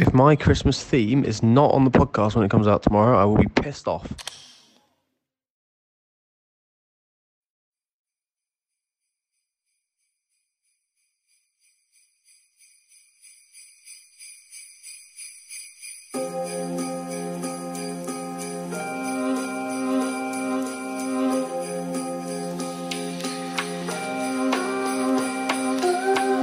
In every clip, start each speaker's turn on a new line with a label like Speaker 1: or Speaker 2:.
Speaker 1: if my Christmas theme is not on the podcast when it comes out tomorrow, I will be pissed off.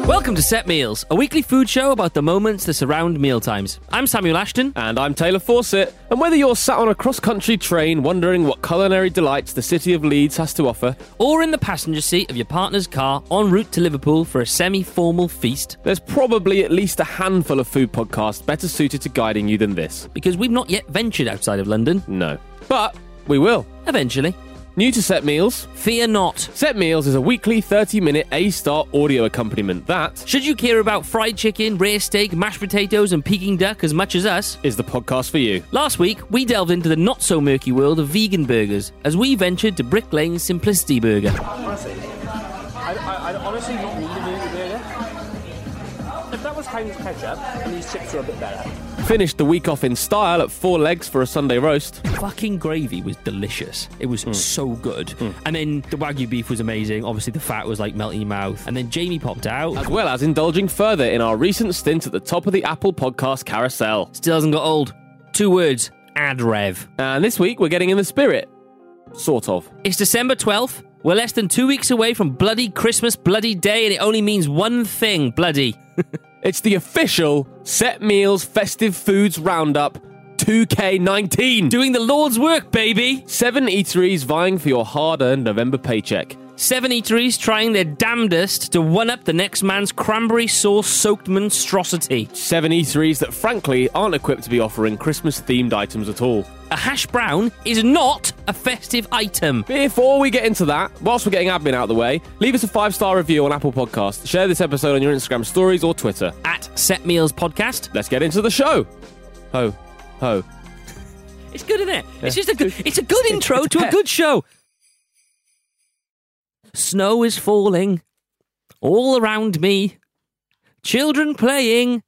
Speaker 2: Welcome to Set Meals, a weekly food show about the moments that surround mealtimes. I'm Samuel Ashton.
Speaker 3: And I'm Taylor Fawcett. And whether you're sat on a cross country train wondering what culinary delights the city of Leeds has to offer,
Speaker 2: Or in the passenger seat of your partner's car en route to Liverpool for a semi formal feast,
Speaker 3: there's probably at least a handful of food podcasts better suited to guiding you than this.
Speaker 2: because we've not yet ventured outside of London.
Speaker 3: No. But we will.
Speaker 2: Eventually.
Speaker 3: New to Set Meals,
Speaker 2: Fear not.
Speaker 3: Set Meals is a weekly 30 minute A star audio accompaniment that
Speaker 2: Should you care about fried chicken, rare steak, mashed potatoes, and Peking duck as much as us?
Speaker 3: is the podcast for you.
Speaker 2: Last week, we delved into the not so murky world of vegan burgers as we ventured to Brick Lane's Simplicity Burger.
Speaker 4: Honestly, I, I, I honestly not mean to do the burger. If that was Heinz ketchup, and these chips are a bit better.
Speaker 3: Finished the week off in style at four legs for a Sunday roast.
Speaker 2: fucking gravy was delicious. It was so good. And then the wagyu beef was amazing. Obviously, the fat was like melting your mouth. And then Jamie popped
Speaker 3: As
Speaker 2: out.
Speaker 3: well as indulging further in our recent stint at the top of the Apple podcast carousel.
Speaker 2: Still hasn't got old. Two words: ad rev.
Speaker 3: And this week we're getting in the spirit. Sort of.
Speaker 2: It's December twelfth. We're less than two weeks away from bloody Christmas, bloody day, and it only means one thing: bloody.
Speaker 3: It's the official Set Meals Festive Foods Roundup 2K19.
Speaker 2: Doing the Lord's work, baby.
Speaker 3: Seven eateries vying for your hard earned November paycheck.
Speaker 2: Seven eateries trying their damnedest to one up the next man's cranberry sauce soaked monstrosity.
Speaker 3: Seven eateries that, frankly, aren't equipped to be offering Christmas themed items at all.
Speaker 2: A hash brown is not a festive item.
Speaker 3: Before we get into that, whilst we're getting admin out of the way, leave us a five star review on Apple Podcasts. Share this episode on your Instagram stories or Twitter.
Speaker 2: At Set Meals Podcast.
Speaker 3: Let's get into the show. Ho, ho.
Speaker 2: It's good, isn't it? It's just a good. It's a good intro to a good show. Snow is falling all around me. Children playing,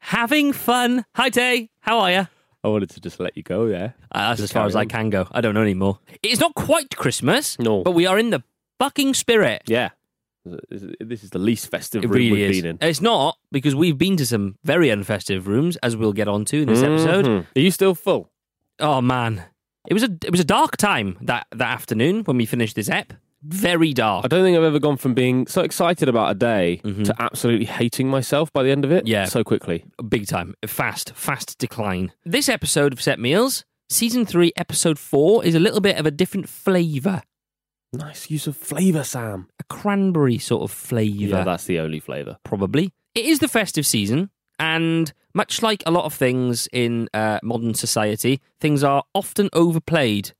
Speaker 2: having fun. Hi, Tay. How are you?
Speaker 3: I wanted to just let you go there.
Speaker 2: Uh, that's as far
Speaker 3: carry
Speaker 2: as I
Speaker 3: on.
Speaker 2: can go. I don't know anymore. It's not quite Christmas,
Speaker 3: No.
Speaker 2: but we are in the fucking spirit.
Speaker 3: Yeah. This is the least festive
Speaker 2: It
Speaker 3: room
Speaker 2: really
Speaker 3: we've
Speaker 2: is.
Speaker 3: been in.
Speaker 2: It's not because we've been to some very unfestive rooms, as we'll get onto in this episode.
Speaker 3: Mhm. Are you still full?
Speaker 2: Oh man, it was a it was a dark time that that afternoon when we finished this ep. Very dark.
Speaker 3: I don't think I've ever gone from being so excited about a day to absolutely hating myself by the end of it.
Speaker 2: Mm-hmm. Yeah.
Speaker 3: So quickly.
Speaker 2: big time. Fast, fast decline. This episode of Set Meals, season three, episode four, is a little bit of a different flavour.
Speaker 3: Nice use of flavour, Sam.
Speaker 2: A cranberry sort of flavour,
Speaker 3: Yeah, that's the only flavour.
Speaker 2: probably. It is the festive season, and much like a lot of things in uh, modern society, things are often overplayed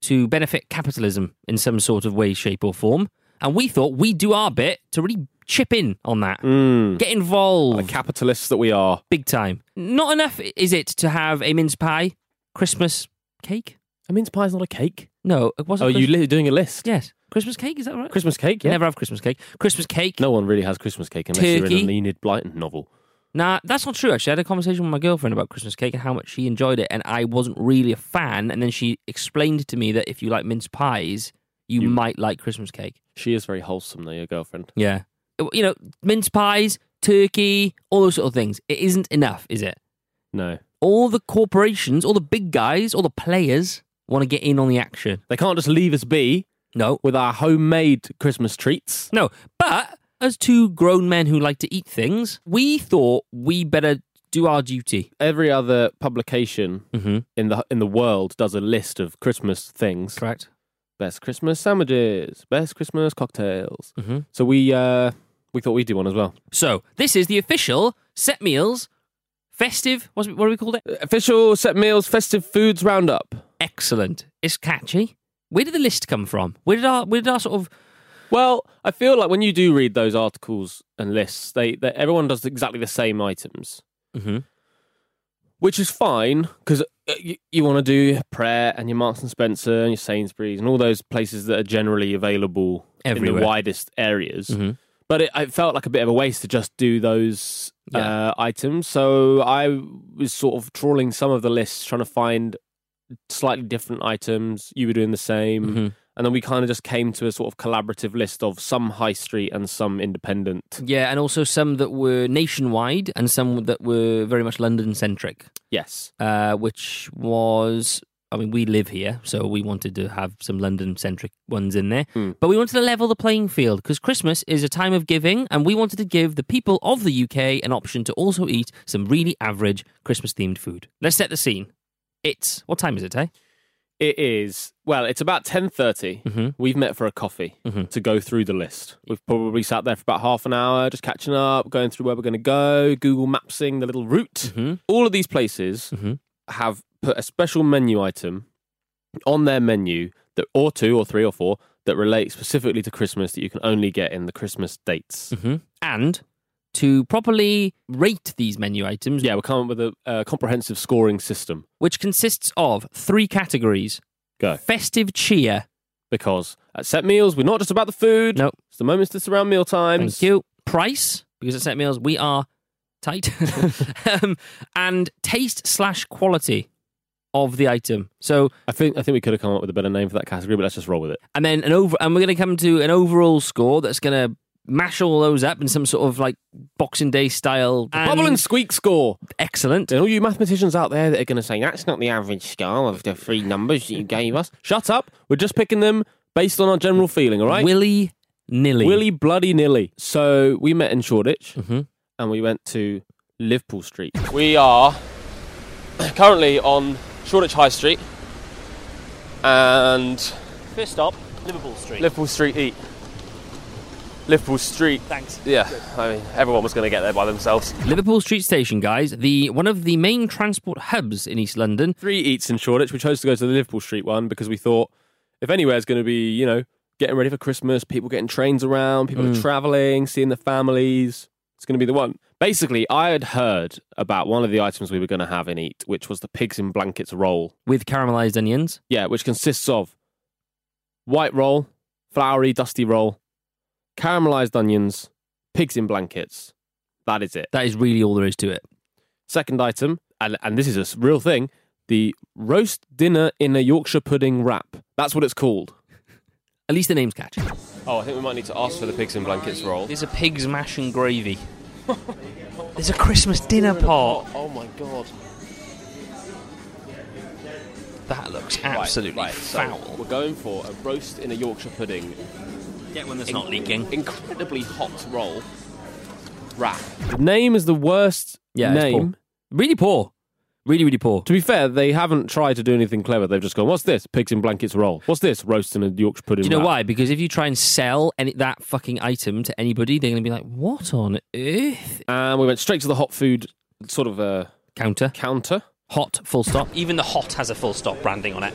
Speaker 2: to benefit capitalism in some sort of way, shape, or form. And we thought we'd do our bit to really chip in on that.
Speaker 3: Mm.
Speaker 2: Get involved.
Speaker 3: Hmm. The capitalists that we are.
Speaker 2: big time. Not enough is it to have a mince pie, Christmas cake?
Speaker 3: A mince pie's not a cake.
Speaker 2: No, it wasn't.
Speaker 3: Oh, you
Speaker 2: Christ-
Speaker 3: li- doing a list?
Speaker 2: yes, Christmas cake. Is that right?
Speaker 3: Christmas cake? Yeah.
Speaker 2: Never have Christmas cake. Christmas cake.
Speaker 3: No one really has Christmas cake unless you're
Speaker 2: Turkey.
Speaker 3: in an Enid Blyton novel.
Speaker 2: Nah, that's not true. Actually, I had a conversation with my girlfriend about Christmas cake and how much she enjoyed it, and I wasn't really a fan. And then she explained to me that if you like mince pies, you, might like Christmas cake.
Speaker 3: She is very wholesome, though, your girlfriend.
Speaker 2: Yeah, you know, mince pies, turkey, all those sort of things. It isn't enough, is it?
Speaker 3: No.
Speaker 2: All the corporations, all the big guys, all the players want to get in on the action.
Speaker 3: They can't just leave us be
Speaker 2: No,
Speaker 3: with our homemade Christmas treats.
Speaker 2: No, but as two grown men who like to eat things, we thought we better do our duty.
Speaker 3: Every other publication
Speaker 2: Mm-hmm.
Speaker 3: in the in the world does a list of Christmas things.
Speaker 2: Correct.
Speaker 3: best Christmas sandwiches, best Christmas cocktails.
Speaker 2: Mhm.
Speaker 3: So we uh, we thought we'd do one as well.
Speaker 2: So this is the official set meals, festive. What's, what do we called it?
Speaker 3: Uh, Official set meals, festive foods roundup.
Speaker 2: Excellent. It's catchy. Where did the list come from? Where did our where did our sort of
Speaker 3: Well, I feel like when you do read those articles and lists, they, they everyone does exactly the same items,
Speaker 2: Mhm.
Speaker 3: which is fine because you, you want to do your prayer and your Marks and Spencer and your Sainsbury's and all those places that are generally available in
Speaker 2: Everywhere. Mm-hmm.
Speaker 3: the widest areas. But it, it felt like a bit of a waste to just do those
Speaker 2: Yeah.
Speaker 3: uh, items. So I was sort of trawling some of the lists, trying to find slightly different items. You were doing the same.
Speaker 2: Mhm.
Speaker 3: And then we kind of just came to a sort of collaborative list of some high street and some independent.
Speaker 2: Yeah, and also some that were nationwide and some that were very much London centric,
Speaker 3: Yes.
Speaker 2: uh, which was. I mean, we live here, so we wanted to have some London centric ones in there.
Speaker 3: Hmm.
Speaker 2: But we wanted to level the playing field because Christmas is a time of giving, and we wanted to give the people of the UK an option to also eat some really average Christmas themed food. Let's set the scene. It's. What time is it, eh?
Speaker 3: It is well. It's about ten
Speaker 2: Mhm.
Speaker 3: We've met for a coffee
Speaker 2: Mhm.
Speaker 3: to go through the list. We've probably sat there for about half an hour, just catching up, going through where we're going to go, Google Mapsing the little route.
Speaker 2: Mhm.
Speaker 3: All of these places
Speaker 2: Mhm.
Speaker 3: have put a special menu item on their menu that, or two, or three, or four, that relate specifically to Christmas that you can only get in the Christmas dates.
Speaker 2: hmm And to properly rate these menu items,
Speaker 3: Yeah, we're coming up with a uh, comprehensive scoring system
Speaker 2: which consists of three categories
Speaker 3: Go.
Speaker 2: festive cheer.
Speaker 3: because at set meals, we're not just about the food.
Speaker 2: Nope.
Speaker 3: it's the moments that surround meal times.
Speaker 2: Thank you. Price, because at set meals we are tight. um, and taste slash quality of the item. So,
Speaker 3: I think I think we could have come up with a better name for that category, but let's just roll with it.
Speaker 2: and then an over, and we're going to come to an overall score that's going to mash all those up in some sort of like Boxing Day style.
Speaker 3: Bubble and squeak score.
Speaker 2: excellent.
Speaker 3: And all you mathematicians out there that are going to say that's not the average score of the three numbers that you gave us. Shut up. We're just picking them based on our general feeling. All right.
Speaker 2: Willy nilly.
Speaker 3: Willy bloody nilly. So we met in Shoreditch
Speaker 2: Mhm.
Speaker 3: and we went to Liverpool Street. We are currently on Shoreditch High Street and
Speaker 4: First stop, Liverpool Street.
Speaker 3: Liverpool Street Eat. Liverpool Street.
Speaker 4: Thanks.
Speaker 3: Yeah, I mean, everyone was going to get there by themselves.
Speaker 2: Liverpool Street Station, guys, the one of the main transport hubs in East London.
Speaker 3: three eats in Shoreditch. We chose to go to the Liverpool Street one because we thought if anywhere's going to be, you know, getting ready for Christmas, people getting trains around, people are traveling, seeing their families, it's going to be the one. Basically, I had heard about one of the items we were going to have in Eat, which was the pigs in blankets roll.
Speaker 2: with caramelized onions.
Speaker 3: Yeah, which consists of white roll, floury, dusty roll, caramelized onions, pigs in blankets. That is it.
Speaker 2: That is really all there is to it.
Speaker 3: Second item, and, and this is a s- real thing, the roast dinner in a Yorkshire pudding wrap. That's what it's called.
Speaker 2: At least the name's catchy.
Speaker 3: Oh, I think we might need to ask for the pigs in blankets roll.
Speaker 2: There's a pig's mash and gravy. There's a Christmas dinner pot.
Speaker 3: Oh my god.
Speaker 2: That looks absolutely foul.
Speaker 3: we're going for a roast in a Yorkshire pudding.
Speaker 2: Get one that's not leaking.
Speaker 3: Incredibly hot roll. Wrap. The name is the worst
Speaker 2: Yeah, it's
Speaker 3: name.
Speaker 2: poor. Really poor. Really, really poor.
Speaker 3: To be fair, they haven't tried to do anything clever. They've just gone, what's this? Pigs in blankets roll. What's this? Roast in a Yorkshire pudding
Speaker 2: Do you know
Speaker 3: wrap.
Speaker 2: why? Because if you try and sell any that fucking item to anybody, they're going to be like, "What on earth?"
Speaker 3: And we went straight to the hot food sort of uh,
Speaker 2: Counter
Speaker 3: counter.
Speaker 2: hot full stop.
Speaker 4: Even the hot has a full stop branding on it.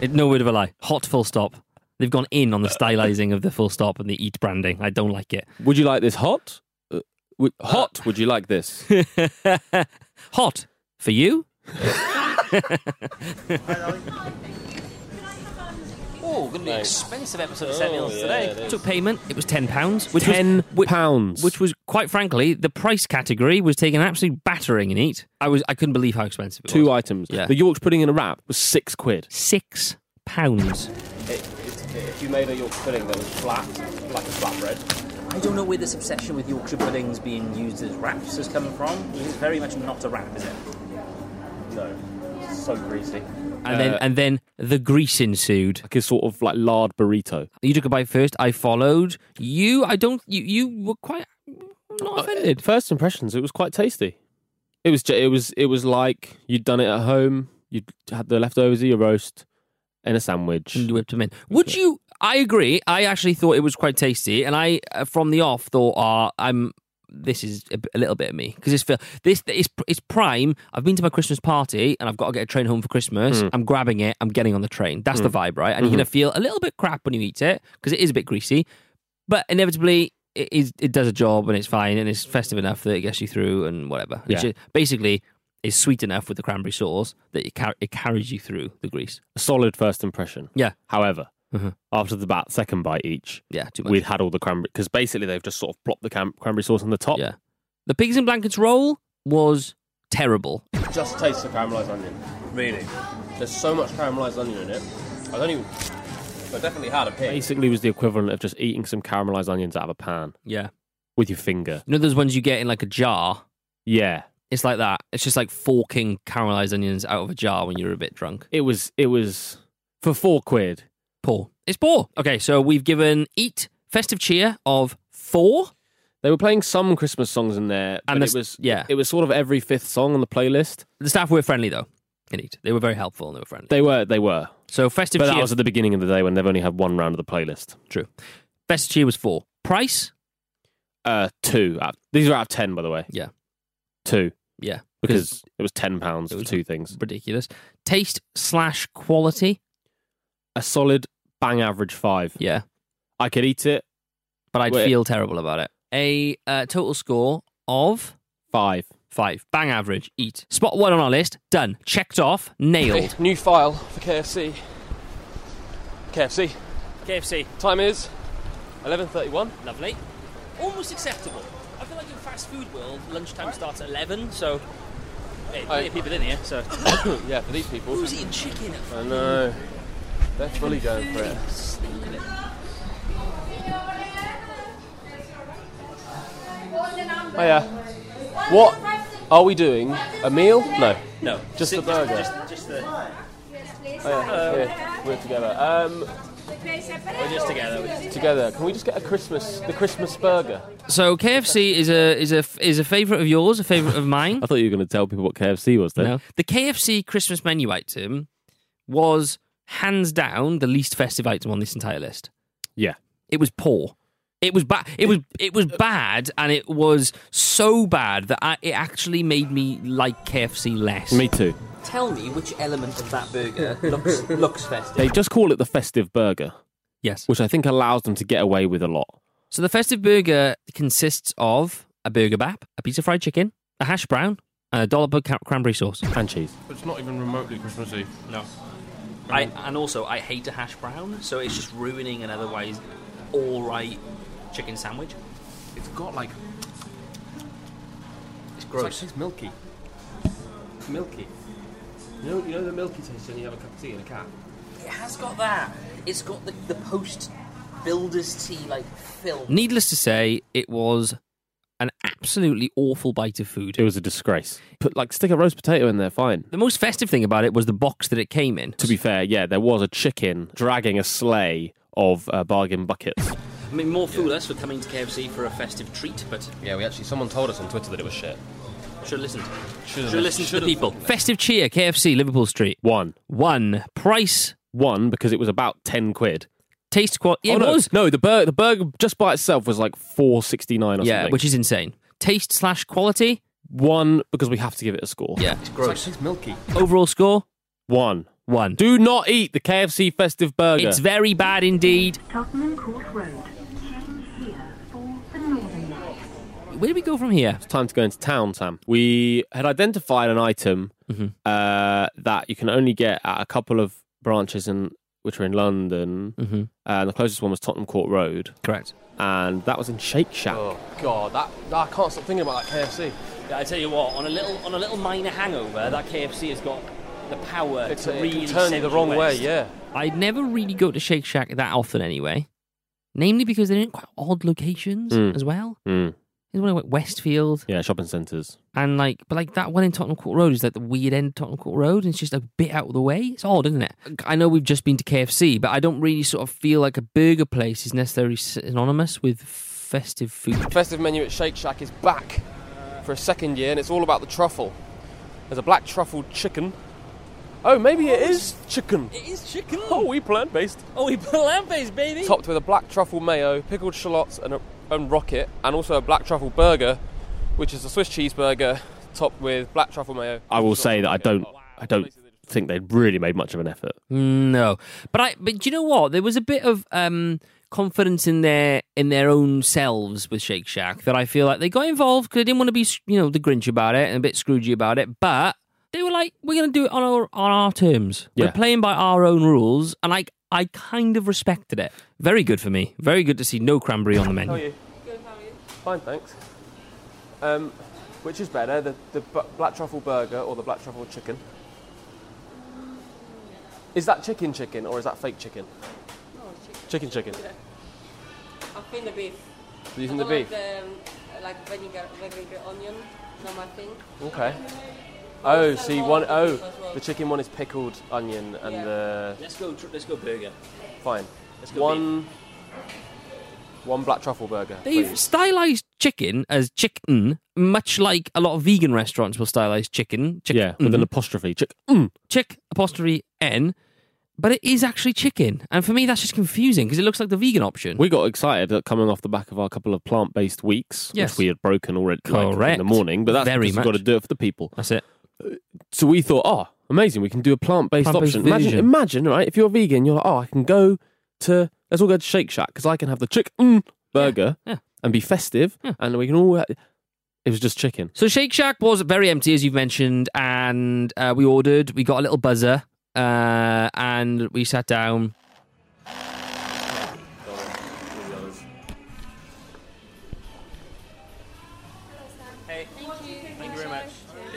Speaker 2: It, no word of a lie. Hot full stop. They've gone in on the stylizing of the full stop and the eat branding. I don't like it.
Speaker 3: Would you like this hot? Uh, would- hot, would you like this?
Speaker 2: Hot for you?
Speaker 4: Oh, going to be an expensive episode of Set Meals today.
Speaker 2: Took payment. Oh, It was ten pounds, which was
Speaker 3: Ten
Speaker 2: which,
Speaker 3: pounds.
Speaker 2: which was quite frankly the price category was taking an absolute battering in eat. I was I couldn't believe how expensive it
Speaker 3: two
Speaker 2: was.
Speaker 3: items.
Speaker 2: Yeah.
Speaker 3: The Yorkshire pudding in a wrap was six quid.
Speaker 2: Six pounds.
Speaker 3: If you made a Yorkshire pudding that was flat, like a flatbread.
Speaker 4: I don't know where this obsession with Yorkshire puddings being used as wraps is coming from. It's very much not a wrap, is it?
Speaker 3: No. So greasy. Uh,
Speaker 2: And then and then the grease ensued.
Speaker 3: Like a sort of like lard burrito.
Speaker 2: You took a bite first. I followed you. I don't. You you were quite
Speaker 3: Uh,
Speaker 2: not offended.
Speaker 3: First impressions, it was quite tasty. It was ju- it was it was like you'd done it at home. You'd had the leftovers of your roast and a sandwich.
Speaker 2: and whipped them in. Would you? I agree. I actually thought it was quite tasty, and I, uh, from the off, thought, "Ah, I'm." This is a, b- a little bit of me because this feel this is it's prime. I've been to my Christmas party and I've got to get a train home for Christmas. I'm grabbing it. I'm getting on the train. That's the vibe, right? And you're gonna feel a little bit crap when you eat it because it is a bit greasy, but inevitably it is it does a job and it's fine and it's festive enough that it gets you through and whatever. It's
Speaker 3: Yeah.
Speaker 2: ju- basically, it's sweet enough with the cranberry sauce that it car- it carries you through the grease.
Speaker 3: A solid first impression.
Speaker 2: Yeah.
Speaker 3: However,
Speaker 2: Mhm.
Speaker 3: after the bat, second bite each,
Speaker 2: Yeah, too much.
Speaker 3: we'd had all the cranberry because basically they've just sort of plopped the cam- cranberry sauce on the top.
Speaker 2: Yeah. The pigs in blankets roll was terrible.
Speaker 4: Just taste the caramelized onion. Really? There's so much caramelized onion in it. I don't even. I definitely had a pig.
Speaker 3: Basically, was the equivalent of just eating some caramelized onions out of a pan
Speaker 2: Yeah.
Speaker 3: with your finger.
Speaker 2: You know those ones you get in like a jar?
Speaker 3: Yeah,
Speaker 2: It's like that. It's just like forking caramelized onions out of a jar when you're a bit drunk.
Speaker 3: it was. It was for four quid.
Speaker 2: Poor. It's poor. Okay, so we've given Eat Festive Cheer of four.
Speaker 3: They were playing some Christmas songs in there,
Speaker 2: And
Speaker 3: and
Speaker 2: the
Speaker 3: it
Speaker 2: s-
Speaker 3: was
Speaker 2: yeah.
Speaker 3: it was sort of every fifth song on the playlist.
Speaker 2: The staff were friendly though. In Eat. They were very helpful and they were friendly.
Speaker 3: They were, they were,
Speaker 2: so Festive
Speaker 3: but
Speaker 2: Cheer
Speaker 3: that was at the beginning of the day when they've only had one round of the playlist.
Speaker 2: true. Festive Cheer was four. Price?
Speaker 3: Uh, two. Out, these are out of ten, by the way.
Speaker 2: Yeah.
Speaker 3: two
Speaker 2: Yeah.
Speaker 3: because it was ten pounds
Speaker 2: It
Speaker 3: for
Speaker 2: was-
Speaker 3: two things.
Speaker 2: ridiculous. Taste slash quality.
Speaker 3: A solid bang average five.
Speaker 2: Yeah.
Speaker 3: I could eat it
Speaker 2: But I'd
Speaker 3: Wait.
Speaker 2: feel terrible about it. A uh, total score of
Speaker 3: five.
Speaker 2: Five. Bang average. Eat. Spot one on our list. Done. Checked off. Nailed.
Speaker 4: New file for KFC. KFC.
Speaker 2: KFC.
Speaker 4: Time is 11:31.
Speaker 2: Lovely. Almost acceptable. I feel like in fast food world, lunchtime starts at 11, so. Hey,
Speaker 4: plenty of
Speaker 2: people in here, so.
Speaker 4: Yeah, for these people.
Speaker 2: Who's eating chicken at
Speaker 4: I know. They're fully going for it. Hiya. What are we doing? A meal? No.
Speaker 2: No.
Speaker 4: Just a burger.
Speaker 2: just the.
Speaker 4: Yeah, we're together. Um,
Speaker 5: We're
Speaker 2: just together, we're
Speaker 4: together. Can we just get a Christmas, the Christmas burger?
Speaker 2: So KFC is a is a is a favorite of yours, a favorite of mine.
Speaker 3: I thought you were going to tell people what KFC was. Then
Speaker 2: No. The KFC Christmas menu item was hands down the least festive item on this entire list.
Speaker 3: yeah,
Speaker 2: It was poor. It was bad. It was it was bad, and it was so bad that I, it actually made me like KFC less.
Speaker 3: me too.
Speaker 6: Tell me which element of that burger looks looks festive.
Speaker 3: They just call it the festive burger,
Speaker 2: Yes.
Speaker 3: which I think allows them to get away with a lot.
Speaker 2: So the festive burger consists of a burger bap, a piece of fried chicken, a hash brown, and a dollop of ca- cranberry sauce.
Speaker 3: And cheese.
Speaker 7: It's not even remotely Christmassy.
Speaker 2: No. I and also I hate a hash brown, so it's just ruining an otherwise all right chicken sandwich.
Speaker 7: It's got like
Speaker 2: It's
Speaker 7: it's like it's milky. It's milky. You know, you know the milky taste when you have a cup of tea and a cat.
Speaker 6: It has got that. It's got the, the post builder's tea like film.
Speaker 2: Needless to say, it was an absolutely awful bite of food.
Speaker 3: It was a disgrace. Put like stick a roast potato in there, fine.
Speaker 2: The most festive thing about it was the box that it came in.
Speaker 3: To be fair, yeah, there was a chicken dragging a sleigh of uh, bargain buckets.
Speaker 2: I mean, more fool us for coming to KFC for a festive treat, but
Speaker 7: Yeah, we actually someone told us on Twitter that it was shit.
Speaker 2: should listen.
Speaker 7: Should
Speaker 2: Should listen to the people. Festive cheer, KFC, Liverpool Street.
Speaker 3: One,
Speaker 2: One price,
Speaker 3: one because it was about ten quid.
Speaker 2: taste quality.
Speaker 3: oh
Speaker 2: it
Speaker 3: no,
Speaker 2: was.
Speaker 3: no, the burger, the burger just by itself was like four sixty nine or
Speaker 2: Yeah,
Speaker 3: something.
Speaker 2: which is insane. Taste slash quality.
Speaker 3: one because we have to give it a score.
Speaker 2: Yeah,
Speaker 7: It's like it's milky.
Speaker 2: Overall score
Speaker 3: one.
Speaker 2: one.
Speaker 3: Do not eat the KFC festive burger.
Speaker 2: It's very bad indeed.
Speaker 8: Tottenham Court Road. Change here for the Northern Line.
Speaker 2: Where do we go from here?
Speaker 3: time to go into town, Sam. We had identified an item
Speaker 2: Mm-hmm.
Speaker 3: uh, that you can only get at a couple of branches in which are in London, Uh,
Speaker 2: Mhm.
Speaker 3: and the closest one was Tottenham Court Road,
Speaker 2: Correct.
Speaker 3: and that was in Shake Shack.
Speaker 4: Oh God, that, that I can't stop thinking about that KFC.
Speaker 6: I tell you what, on a little on a little minor hangover, that KFC has got the power
Speaker 4: It's it can turn the wrong way. Yeah.
Speaker 2: I'd never really go to Shake Shack that often anyway, namely because they're in quite odd locations
Speaker 4: Hmm.
Speaker 3: Mm.
Speaker 2: as well.
Speaker 3: Mm.
Speaker 2: There's one at Westfield
Speaker 3: Yeah, shopping centres.
Speaker 2: and like, but like that one in Tottenham Court Road is like the weird end of Tottenham Court Road. And it's just a bit out of the way. It's odd, isn't it? I know we've just been to KFC, but I don't really sort of feel like a burger place is necessarily synonymous with festive food.
Speaker 4: Festive menu at Shake Shack is back for a second year, and it's all about the truffle. There's a black truffle chicken. Oh, maybe it is chicken.
Speaker 6: It is chicken.
Speaker 4: Oh, we plant based.
Speaker 6: Oh, we put lamb face, baby.
Speaker 4: Topped with a black truffle mayo, pickled shallots, and, a, and rocket, and also a black truffle burger, which is a Swiss cheeseburger topped with black truffle mayo.
Speaker 3: I will say that I don't, I don't think they'd really made much of an effort.
Speaker 2: No, but I. But do you know what? There was a bit of um, confidence in their in their own selves with Shake Shack that I feel like they got involved because they didn't want to be you know the Grinch about it and a bit Scroogey about it, but they were like, we're going to do it on our on our terms. We're
Speaker 3: Yeah.
Speaker 2: playing by our own rules, and I I kind of respected it. Very good for me. Very good to see no cranberry on the
Speaker 4: How are
Speaker 2: menu.
Speaker 4: you? Fine, thanks. Um, which is better, the, the bu- black truffle burger or the black truffle chicken? Mm. Is that chicken chicken or is that fake chicken? Oh, Chicken chicken.
Speaker 5: I think the beef.
Speaker 4: Do you think
Speaker 5: I
Speaker 4: the
Speaker 5: don't
Speaker 4: beef?
Speaker 5: Like, um, like vinegar, vinegar, onion, not my thing.
Speaker 4: Okay. Oh,
Speaker 5: it's
Speaker 4: see,
Speaker 5: all
Speaker 4: one
Speaker 5: the
Speaker 4: oh,
Speaker 5: beef as well.
Speaker 4: the chicken one is pickled onion and
Speaker 5: Yeah.
Speaker 4: the
Speaker 9: Let's go. Tr- let's go burger.
Speaker 4: fine.
Speaker 9: Let's go
Speaker 4: One, one black truffle burger.
Speaker 2: They've
Speaker 4: please.
Speaker 2: stylized chicken as chicken, much like a lot of vegan restaurants will stylize chicken. chicken
Speaker 3: Yeah, with an apostrophe. Chick.
Speaker 2: chick apostrophe n, but it is actually chicken. And for me, that's just confusing because it looks like the vegan option.
Speaker 3: We got excited at coming off the back of our couple of plant-based weeks,
Speaker 2: Yes.
Speaker 3: which we had broken already like, in
Speaker 2: Correct.
Speaker 3: the morning. But that's
Speaker 2: Very
Speaker 3: because we've got to
Speaker 2: much.
Speaker 3: do it for the people.
Speaker 2: that's it.
Speaker 3: So we thought, oh, amazing, we can do a plant-based,
Speaker 2: Plant-based
Speaker 3: option. Imagine,
Speaker 2: version.
Speaker 3: imagine, right? If you're vegan, you're like, oh, I can go to let's all go to Shake Shack because I can have the chicken burger
Speaker 2: yeah.
Speaker 3: and be festive,
Speaker 2: Yeah.
Speaker 3: and we can all. It was just chicken.
Speaker 2: So Shake Shack was very empty, as you've mentioned, and uh, we ordered. We got a little buzzer, uh, and we sat down.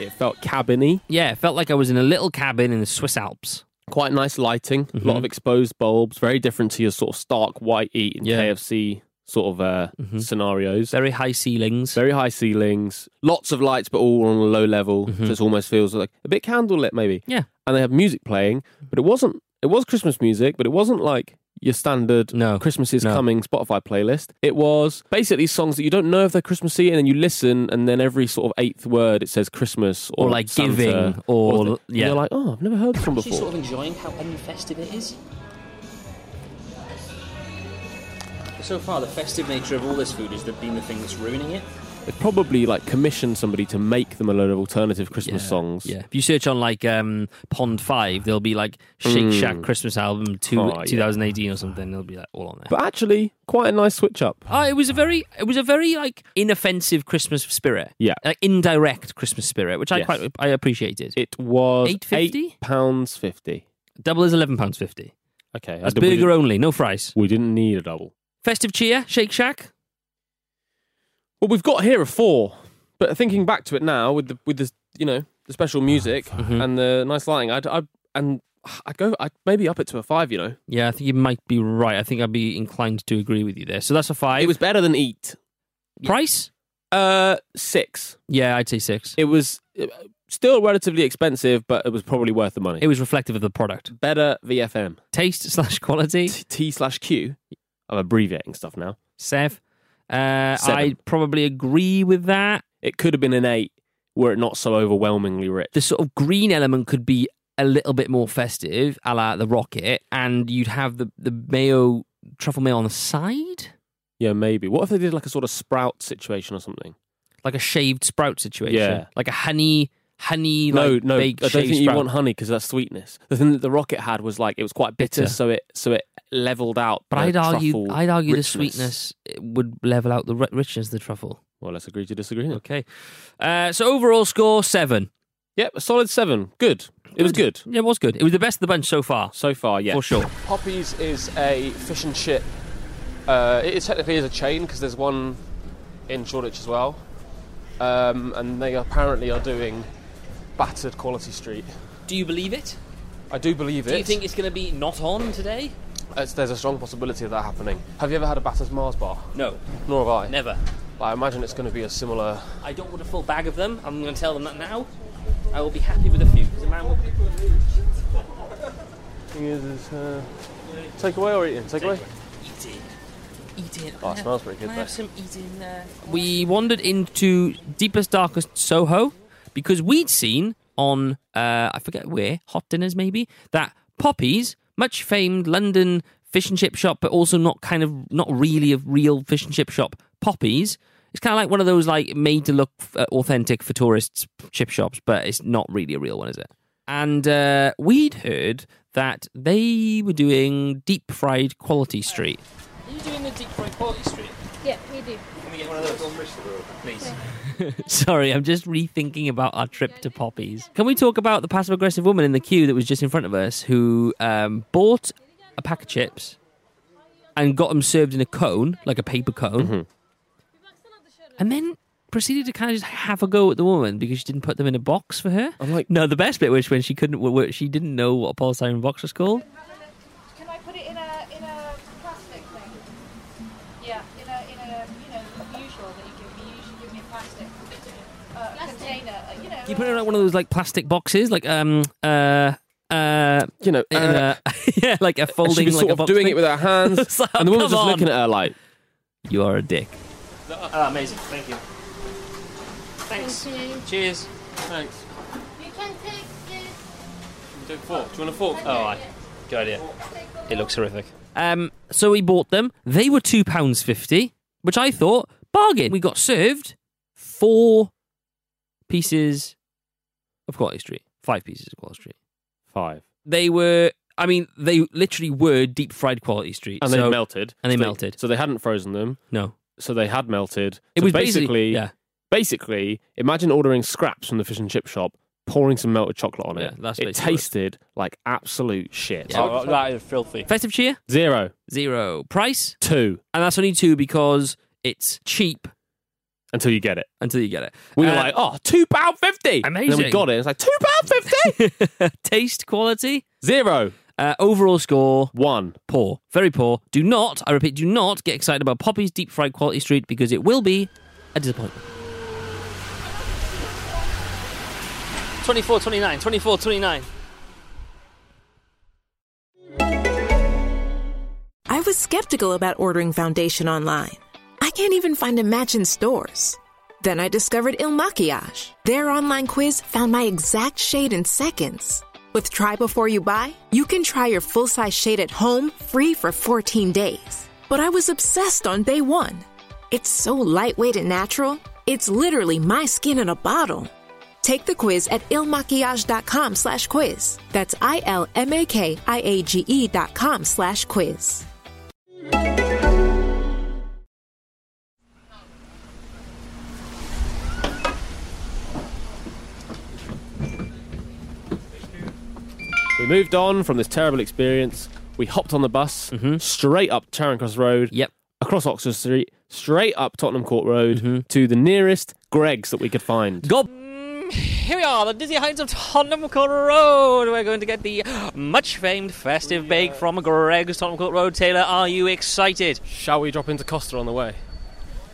Speaker 3: It felt cabiny,
Speaker 2: Yeah, it felt like I was in a little cabin in the Swiss Alps.
Speaker 3: quite nice lighting, a
Speaker 2: Mm-hmm.
Speaker 3: lot of exposed bulbs, very different to your sort of stark white eat and
Speaker 2: Yeah. Mm-hmm.
Speaker 3: KFC sort of uh, scenarios.
Speaker 2: Very high ceilings.
Speaker 3: Very high ceilings, lots of lights, but all on a low level,
Speaker 2: Mm-hmm.
Speaker 3: so it almost feels like a bit candlelit, maybe.
Speaker 2: yeah.
Speaker 3: and they have music playing, but it wasn't. It was Christmas music, but it wasn't like your standard
Speaker 2: No.
Speaker 3: Christmas is
Speaker 2: No.
Speaker 3: coming Spotify playlist. It was basically songs that you don't know if they're Christmassy, and then you listen, and then every sort of eighth word it says Christmas or,
Speaker 2: Or like
Speaker 3: Santa,
Speaker 2: giving, or-
Speaker 3: the- and
Speaker 2: yeah.
Speaker 3: you're like, oh, I've never heard this one
Speaker 6: Actually, sort
Speaker 3: before.
Speaker 6: of enjoying how unfestive it is.
Speaker 9: So far, the festive nature of all this food has been the thing that's ruining it.
Speaker 3: They probably like commissioned somebody to make them a load of alternative Christmas songs.
Speaker 2: Yeah. If you search on like um, Pond Five, there'll be like Shake Shack Christmas album two,
Speaker 3: Hmm. Oh, yeah.
Speaker 2: 2018 or something. They'll be like all on there.
Speaker 3: But actually, quite a nice switch up.
Speaker 2: Oh, it was a very, it was a very like inoffensive Christmas spirit.
Speaker 3: Yeah.
Speaker 2: like indirect Christmas spirit, which I
Speaker 3: Yes.
Speaker 2: quite I appreciated.
Speaker 3: It was
Speaker 2: £8.50?
Speaker 3: eight pounds fifty.
Speaker 2: Double is eleven pounds fifty.
Speaker 3: Okay, I
Speaker 2: That's
Speaker 3: did- we
Speaker 2: burger
Speaker 3: didn't-
Speaker 2: only, no fries.
Speaker 3: We didn't need a double.
Speaker 2: Festive cheer, Shake Shack.
Speaker 3: Well, we've got here a four, but thinking back to it now with the with the you know the special music and the nice lighting, I'd, I'd and I'd go I'd maybe up it to a five. You know,
Speaker 2: Yeah, I think you might be right. I think I'd be inclined to agree with you there. So that's a five.
Speaker 3: it was better than Eat.
Speaker 2: price.
Speaker 3: Uh, six.
Speaker 2: Yeah, I'd say six. It,
Speaker 3: It was uh, still relatively expensive, but it was probably worth the money. It was
Speaker 2: was reflective of the product,
Speaker 3: better VFM
Speaker 2: taste slash quality.
Speaker 3: T- T slash Q. I'm abbreviating stuff now.
Speaker 2: Sev. Uh,
Speaker 3: Seven.
Speaker 2: I probably agree with that.
Speaker 3: It could have been an eight were it not so overwhelmingly rich.
Speaker 2: the sort of green element could be a little bit more festive, a la the rocket, and you'd have the, the mayo truffle mayo on the side,
Speaker 3: Yeah, maybe. What if they did like a sort of sprout situation or something?
Speaker 2: like a shaved sprout situation,
Speaker 3: Yeah.
Speaker 2: like a honey honey
Speaker 3: No,
Speaker 2: like
Speaker 3: no,
Speaker 2: baked
Speaker 3: I don't
Speaker 2: shaved
Speaker 3: think you
Speaker 2: sprout.
Speaker 3: want honey because that's sweetness. The thing that the rocket had was like it was quite bitter,
Speaker 2: Bitter.
Speaker 3: so it so it leveled out.
Speaker 2: but
Speaker 3: the
Speaker 2: I'd argue,
Speaker 3: truffle
Speaker 2: I'd argue
Speaker 3: richness.
Speaker 2: the sweetness would level out the ri- richness of the truffle.
Speaker 3: Well, let's agree to disagree. then.
Speaker 2: Okay, uh, so overall score seven.
Speaker 3: Yep, a solid seven. Good. It was good
Speaker 2: Yeah, it was good. It was the best of the bunch so far,
Speaker 3: so far. Yeah,
Speaker 2: for sure.
Speaker 4: Poppy's is a fish and chip. Uh, it is technically is a chain because there's one in Shoreditch as well, um, and they apparently are doing battered Quality Street.
Speaker 6: Do you believe it?
Speaker 4: I do believe it.
Speaker 6: Do you think it's going to be not on today?
Speaker 4: It's, there's a strong possibility of that happening. Have you ever had a battered Mars bar?
Speaker 6: No,
Speaker 4: Nor have I.
Speaker 6: never.
Speaker 4: I imagine it's going to be a similar.
Speaker 6: I don't want a full bag of them. I'm going to tell them that now. I will be happy with a few. 'cause a man will-
Speaker 4: Thing is, is uh, take away or eating? Take away.
Speaker 6: Eat it. Eat it.
Speaker 4: Oh, it smells pretty
Speaker 6: Can
Speaker 4: good
Speaker 6: I
Speaker 4: though.
Speaker 6: have some eating there?
Speaker 2: we wandered into deepest darkest soho because we'd seen on uh, i forget where hot dinners maybe that poppies much famed london fish and chip shop but also not kind of not really a real fish and chip shop poppies it's kind of like one of those like made to look uh, authentic for tourists chip shops but it's not really a real one is it and uh, we'd heard that they were doing deep fried quality street
Speaker 6: Are you doing the deep fried quality street?
Speaker 10: Yeah, we do.
Speaker 6: Can we get one of those? Please.
Speaker 2: Sorry, I'm just rethinking about our trip to Poppies. Can we talk about the passive aggressive woman in the queue that was just in front of us who um, bought a pack of chips and got them served in a cone, like a paper cone,
Speaker 3: Mm-hmm.
Speaker 2: and then proceeded to kind of just have a go at the woman because she didn't put them in a box for her.
Speaker 3: I'm like-
Speaker 2: no, the best bit was when she couldn't, w- w- she didn't know what a Paul Simon box was called.
Speaker 10: Can I put it in a in a plastic thing? Yeah, in a in a you know the usual that you give me. You usually give me a plastic, uh, container. Uh, you know.
Speaker 2: You put it in like one of those like plastic boxes, like um uh uh,
Speaker 3: You know,
Speaker 2: in
Speaker 3: uh,
Speaker 2: a, yeah, like a
Speaker 3: and she
Speaker 2: folding,
Speaker 3: was
Speaker 2: like
Speaker 3: sort
Speaker 2: a
Speaker 3: of
Speaker 2: box
Speaker 3: doing
Speaker 2: thing.
Speaker 3: it with her hands,
Speaker 2: It's like,
Speaker 3: and the woman was
Speaker 2: come
Speaker 3: just
Speaker 2: on.
Speaker 3: looking at her like,
Speaker 2: You are a dick.
Speaker 9: Ah, amazing. Thank you. Thanks. Cheers. Thanks.
Speaker 10: You can take it.
Speaker 9: Do you want a fork? Oh, I. Good idea. It looks horrific.
Speaker 2: Um, so we bought them. They were two pounds fifty, which I thought bargain. We got served four pieces of quality street, five pieces of quality street.
Speaker 3: five.
Speaker 2: They were, I mean, they literally were deep fried quality street.
Speaker 3: And
Speaker 2: so-
Speaker 3: they melted.
Speaker 2: and they
Speaker 3: So
Speaker 2: melted.
Speaker 3: So they hadn't frozen them,
Speaker 2: No,
Speaker 3: so they had melted.
Speaker 2: it
Speaker 3: So
Speaker 2: was
Speaker 3: basically,
Speaker 2: yeah,
Speaker 3: basically, imagine ordering scraps from the fish and chip shop, pouring some melted chocolate on it.
Speaker 2: Yeah, that's
Speaker 3: it
Speaker 2: basically what-
Speaker 3: tasted like absolute shit.
Speaker 2: Yeah.
Speaker 9: Oh, that is filthy.
Speaker 2: festive cheer
Speaker 3: Zero,
Speaker 2: zero price,
Speaker 3: two,
Speaker 2: and that's only two because it's cheap
Speaker 3: until you get it.
Speaker 2: until you get it.
Speaker 3: We were
Speaker 2: Uh,
Speaker 3: like, oh, two pound fifty. And then
Speaker 2: Amazing.
Speaker 3: we got it. It's like two pound fifty. "Oh,
Speaker 2: taste quality.
Speaker 3: Zero,
Speaker 2: Uh, overall score
Speaker 3: one.
Speaker 2: poor, very poor. Do not, I repeat, do not get excited about Poppy's deep fried quality street because it will be a disappointment.
Speaker 9: 24, 29, 24, 29.
Speaker 11: I was skeptical about ordering foundation online. I can't even find a match in stores. Then I discovered Il Makiage. Their online quiz found my exact shade in seconds. With Try Before You Buy, you can try your full size shade at home free for 14 days. But I was obsessed on day one. It's so lightweight and natural, it's literally my skin in a bottle. Take the quiz at ilmakiage.com slash quiz. That's I-L-M-A-K-I-A-G-E E dot com slash quiz.
Speaker 3: We moved on from this terrible experience. We hopped on the bus
Speaker 2: Mm-hmm.
Speaker 3: straight up Charing Cross Road.
Speaker 2: Yep.
Speaker 3: Across Oxford Street, straight up Tottenham Court Road
Speaker 2: Mm-hmm.
Speaker 3: to the nearest Greg's that we could find.
Speaker 2: Gob.
Speaker 9: Mm, Here we are, the dizzy heights of Tottenham Court Road. We're going to get the much famed festive bake from Greg's Tottenham Court Road. Taylor, are you excited?
Speaker 4: Shall we drop into Costa on the way?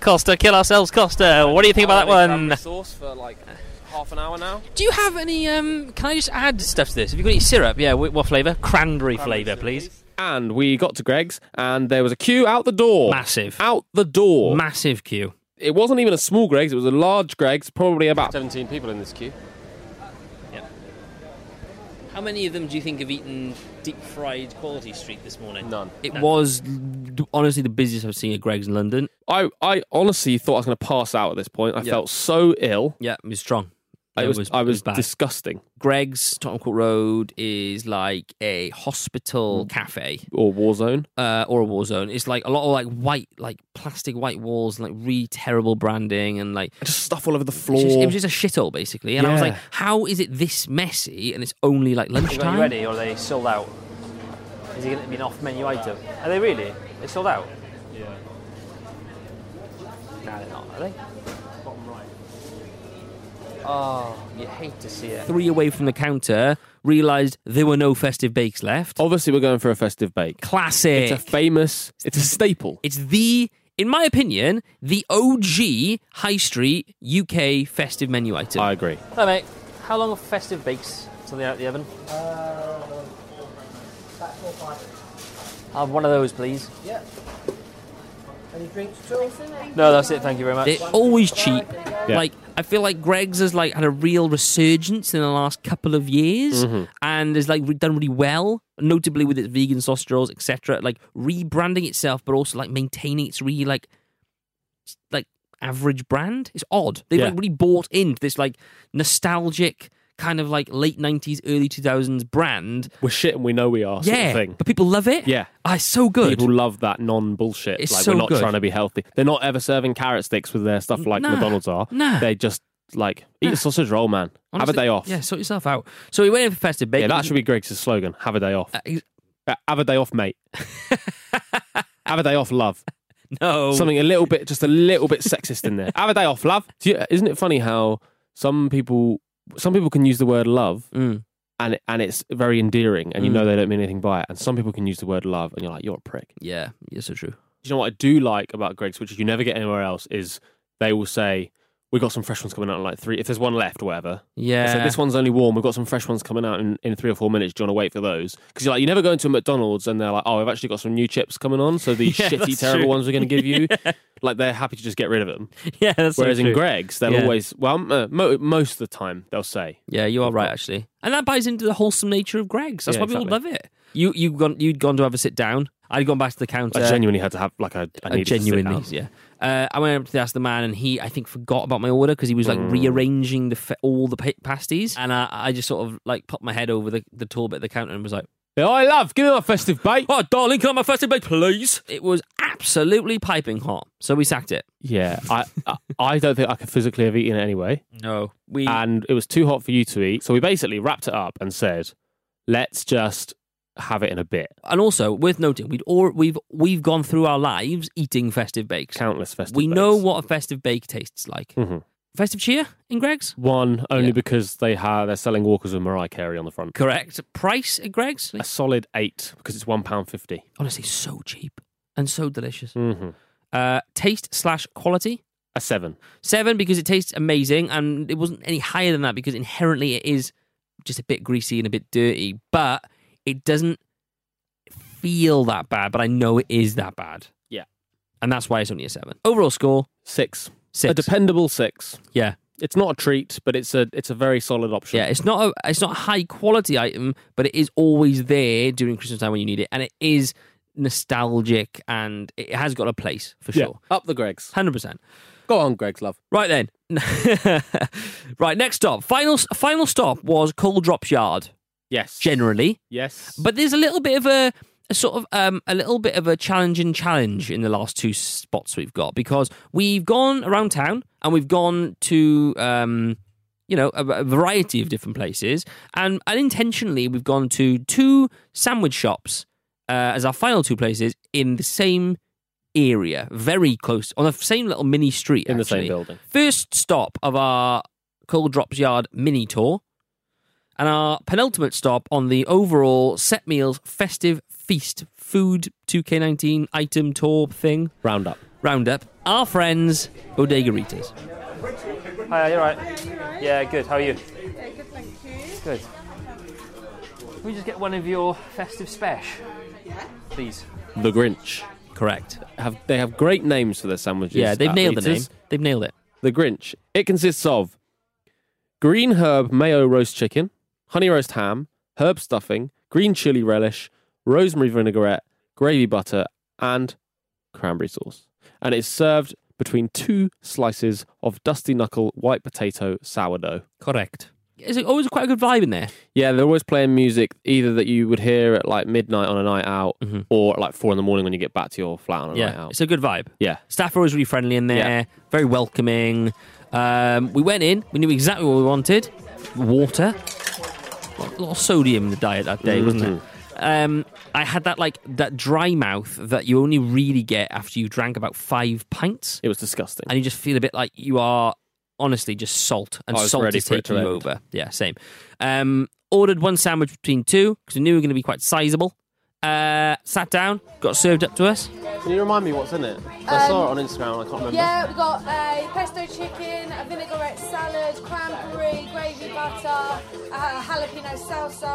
Speaker 9: Costa, kill ourselves, Costa. What do you think about that one?
Speaker 4: Sauce for like half an hour now.
Speaker 9: Do you have any? Um, can I just add stuff to this? Have you got any syrup? Yeah, wh- what flavour? Cranberry, flavour, please.
Speaker 3: And we got to Greg's, and there was a queue out the door.
Speaker 2: Massive.
Speaker 3: Out the door.
Speaker 2: Massive queue.
Speaker 3: it wasn't even a small Greg's, it was a large Greg's, probably about.
Speaker 4: 17 people in this queue.
Speaker 9: How many of them do you think have eaten deep fried quality street this morning?
Speaker 4: None.
Speaker 2: It was d- honestly the busiest I've seen at Greg's in London.
Speaker 3: I, I honestly thought I was going to pass out at this point. I felt so ill.
Speaker 2: Yeah, it was strong.
Speaker 3: I
Speaker 2: It
Speaker 3: was, I
Speaker 2: it
Speaker 3: was
Speaker 2: bad.
Speaker 3: disgusting.
Speaker 2: Greg's Tottenham Court Road is like a
Speaker 9: Hmm.
Speaker 2: hospital cafe
Speaker 3: Or Warzone.
Speaker 2: uh, or a war zone. It's like a lot of like white, like plastic white walls and like really terrible branding and like
Speaker 3: Just stuff all over the floor.
Speaker 2: it's just, it was just a shithole basically. And I was
Speaker 3: Yeah.
Speaker 2: like, how is it this messy and it's only like
Speaker 9: Are you
Speaker 2: lunchtime?
Speaker 9: ready or are they sold out? Is it going to be an off menu item? Are they really? They sold out? Yeah. No, they're not, are they? Oh, you hate to see it.
Speaker 2: three away from the counter, realised there were no festive bakes left.
Speaker 9: Oh,
Speaker 3: Obviously, we're going for a festive bake.
Speaker 2: Classic.
Speaker 3: It's a famous. It's a staple.
Speaker 2: It's the, in my opinion, the OG high street UK festive menu item.
Speaker 3: I agree.
Speaker 9: Hi, mate. How long are festive bakes till they're out of the oven? Uh, I'll have one of those, please. Yeah. Any drinks too? No, that's it. Thank you very much.
Speaker 2: They're always cheap. Like I feel like Greg's has like had a real resurgence in the last couple of years,
Speaker 9: Mm-hmm.
Speaker 2: and has like re- done really well, notably with its vegan sausage rolls, etc. Like rebranding itself, but also like maintaining its really like s- like average brand. It's odd. They've
Speaker 3: Yeah.
Speaker 2: like really bought into this like nostalgic kind of like late nineties, early two thousands brand.
Speaker 3: We're shit and we know we are. Sort
Speaker 2: yeah,
Speaker 3: of thing.
Speaker 2: but people love it.
Speaker 3: Yeah.
Speaker 2: ah, it's so good.
Speaker 3: People love that non bullshit.
Speaker 2: It's
Speaker 3: like
Speaker 2: so
Speaker 3: we're not
Speaker 2: good.
Speaker 3: trying to be healthy. They're not ever serving carrot sticks with their stuff like
Speaker 2: Nah,
Speaker 3: McDonald's are.
Speaker 2: nah.
Speaker 3: They just like eat a sausage roll, man. Have
Speaker 2: Honestly,
Speaker 3: a day off.
Speaker 2: Yeah, sort yourself out. So we went in for festive bacon.
Speaker 3: Yeah, that should be Greg's slogan. Have a day off.
Speaker 2: Uh, ex-
Speaker 3: Uh, have a day off, mate. have a day off, love.
Speaker 2: No.
Speaker 3: Something a little bit, just a little bit sexist in there. Have a day off, love. Do you- Isn't it funny how some people, some people can use the word love and, and it's very endearing and you
Speaker 2: Mm.
Speaker 3: know they don't mean anything by it. And some people can use the word love and you're like, you're a prick.
Speaker 2: Yeah, you're so true.
Speaker 3: Do you know what I do like about Greg's, which you never get anywhere else, is they will say, "We got some fresh ones coming out in like three. If there's one left, or whatever."
Speaker 2: Yeah.
Speaker 3: So this one's only warm. We've got some fresh ones coming out in, in three or four minutes. Do you want to wait for those? Because you're like, you never go into a McDonald's and they're like, "Oh, I've actually got some new chips coming on." So these
Speaker 2: Yeah,
Speaker 3: shitty,
Speaker 2: that's
Speaker 3: terrible
Speaker 2: true.
Speaker 3: ones we're going to give you, like they're happy to just get rid of them.
Speaker 2: Yeah, that's so
Speaker 3: Whereas in
Speaker 2: true.
Speaker 3: Greg's, they'll
Speaker 2: Yeah.
Speaker 3: always, well, m- uh, mo- most of the time they'll say,
Speaker 2: Yeah, you are right, actually. And that buys into the wholesome nature of Greg's. That's
Speaker 3: Yeah,
Speaker 2: why people
Speaker 3: exactly.
Speaker 2: love it. You you gone you'd gone to have a sit down. I'd gone back to the counter.
Speaker 3: "I genuinely had to have like a, I
Speaker 2: I
Speaker 3: needed to sit
Speaker 2: genuinely,
Speaker 3: down."
Speaker 2: yeah. Uh, I went up to ask the man, and he, I think, forgot about my order because he was like
Speaker 3: Mm.
Speaker 2: rearranging the fa- all the pa- pasties, and I, I just sort of like popped my head over the, the tall bit of the counter and was like,
Speaker 3: "Oh, I love, give me my festive bait."
Speaker 2: Oh, darling, can I have my festive bait, please? It was absolutely piping hot, so we sacked it.
Speaker 3: Yeah, I, I I don't think I could physically have eaten it anyway.
Speaker 2: No, Uh, we
Speaker 3: and it was too hot for you to eat, so we basically wrapped it up and said, "Let's just have it in a bit."
Speaker 2: and also worth noting, we'd all we've we've gone through our lives eating festive bakes.
Speaker 3: Countless festive.
Speaker 2: we know what a festive bake tastes like.
Speaker 3: Mhm.
Speaker 2: Festive cheer in Greg's.
Speaker 3: One only because they have they're selling Walkers with Mariah Carey on the front.
Speaker 2: Correct. Price at Greg's?
Speaker 3: A solid eight because it's one pound fifty.
Speaker 2: Honestly, so cheap and so delicious.
Speaker 3: Mm-hmm.
Speaker 2: Uh, taste slash quality.
Speaker 3: A seven.
Speaker 2: Seven because it tastes amazing, and it wasn't any higher than that because inherently it is just a bit greasy and a bit dirty, but it doesn't feel that bad. But I know it is that bad,
Speaker 3: Yeah.
Speaker 2: and that's why it's only a seven. Overall score
Speaker 3: Six.
Speaker 2: six.
Speaker 3: A dependable six.
Speaker 2: yeah,
Speaker 3: It's not a treat, but it's a it's a very solid option.
Speaker 2: yeah. It's not a it's not a high quality item, but it is always there during Christmas time when you need it, and it is nostalgic and it has got a place for
Speaker 3: Yeah.
Speaker 2: sure.
Speaker 3: Up the Gregs.
Speaker 2: Hundred percent.
Speaker 3: Go on, Greg's love.
Speaker 2: Right then. right, next stop. Final final stop was Coal Drops Yard.
Speaker 3: Yes.
Speaker 2: Generally,
Speaker 3: yes.
Speaker 2: but there's a little bit of a, a sort of um, a little bit of a challenging challenge in the last two spots we've got because we've gone around town and we've gone to um, you know a, a variety of different places and unintentionally we've gone to two sandwich shops uh, as our final two places in the same area, very close on the same little mini street
Speaker 3: In the same
Speaker 2: actually.
Speaker 3: building.
Speaker 2: First stop of our Cold Drops Yard mini tour, and our penultimate stop on the overall Set Meals Festive Feast Food 2K19 item tour thing
Speaker 3: Roundup.
Speaker 2: roundup. Our friends, Bodegaritas.
Speaker 9: Hi, you alright? Yeah, good. How are you?
Speaker 10: good, thank you.
Speaker 9: Good. Can we just get one of your festive spesh? Please.
Speaker 3: The Grinch.
Speaker 2: Correct.
Speaker 3: Have they have great names for their sandwiches?
Speaker 2: Yeah, they've
Speaker 3: at
Speaker 2: nailed the name.
Speaker 3: Leeters.
Speaker 2: They've nailed it.
Speaker 3: The Grinch. It consists of green herb mayo roast chicken, honey roast ham, herb stuffing, green chili relish, rosemary vinaigrette, gravy butter, and cranberry sauce. And it's served between two slices of dusty knuckle white potato sourdough.
Speaker 2: Correct. It's always quite a good vibe in there.
Speaker 3: Yeah, they're always playing music either that you would hear at like midnight on a night out or at like four in the morning when you get back to your flat on a night
Speaker 2: Mm-hmm. Yeah,
Speaker 3: out.
Speaker 2: it's a good vibe.
Speaker 3: yeah.
Speaker 2: Staff are always really friendly in there,
Speaker 3: Yeah.
Speaker 2: very welcoming. Um, we went in, we knew exactly what we wanted water. A lot- lot of sodium in the diet that day, wasn't it? Um, I had that like that dry mouth that you only really get after you drank about five pints,
Speaker 3: It was disgusting.
Speaker 2: and you just feel a bit like you are honestly just salt, and
Speaker 3: I was
Speaker 2: salt
Speaker 3: ready
Speaker 2: is
Speaker 3: for it to
Speaker 2: taking you
Speaker 3: end.
Speaker 2: over. Yeah, same. Um, ordered one sandwich between two because we knew we were going to be quite sizable. Uh, sat down, got served up to us.
Speaker 4: Can you remind me what's in it? I saw it on Instagram and I can't remember.
Speaker 10: Yeah, we got a pesto chicken, a vinaigrette salad, cranberry, gravy butter, uh, jalapeno salsa,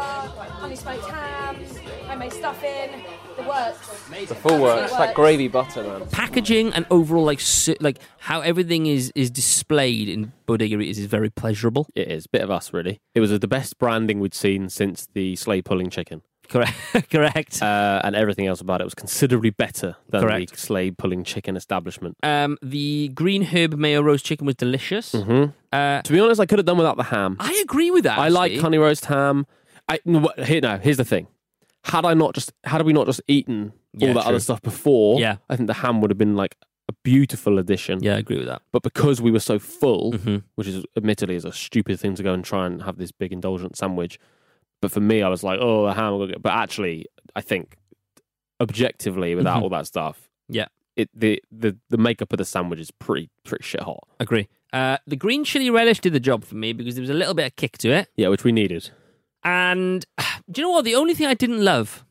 Speaker 10: honey smoked ham, homemade stuffing, the works.
Speaker 4: The full works, that gravy butter, man.
Speaker 2: packaging and overall like s- like how everything is is displayed in Bodega Ritas is very pleasurable.
Speaker 3: It is. Bit of us, really. It was the best branding we'd seen since the sleigh pulling chicken.
Speaker 2: Correct. Correct.
Speaker 3: Uh, and everything else about it was considerably better than
Speaker 2: Correct.
Speaker 3: the sleigh pulling chicken establishment.
Speaker 2: Um, the green herb mayo roast chicken was delicious. Uh,
Speaker 3: To be honest, I could have done without the ham.
Speaker 2: I agree with that.
Speaker 3: Mm-hmm. I like
Speaker 2: actually.
Speaker 3: honey roast ham. I no, what- here now. Here's the thing. Had I not just had we not just eaten
Speaker 2: Yeah,
Speaker 3: all that
Speaker 2: true.
Speaker 3: other stuff before,
Speaker 2: Yeah.
Speaker 3: I think the ham would have been like a beautiful addition.
Speaker 2: Yeah, I agree with that.
Speaker 3: But because we were so full,
Speaker 2: Mhm.
Speaker 3: which is admittedly is a stupid thing to go and try and have this big indulgent sandwich. But for me, I was like, oh, the ham. I've gotta get-" But actually, I think objectively without
Speaker 2: Mhm.
Speaker 3: all that stuff,
Speaker 2: Yeah.
Speaker 3: it the, the the makeup of the sandwich is pretty pretty shit hot.
Speaker 2: Agree. Uh, the green chili relish did the job for me because there was a little bit of kick to it.
Speaker 3: Yeah, which we needed.
Speaker 2: And do you know what? The only thing I didn't love,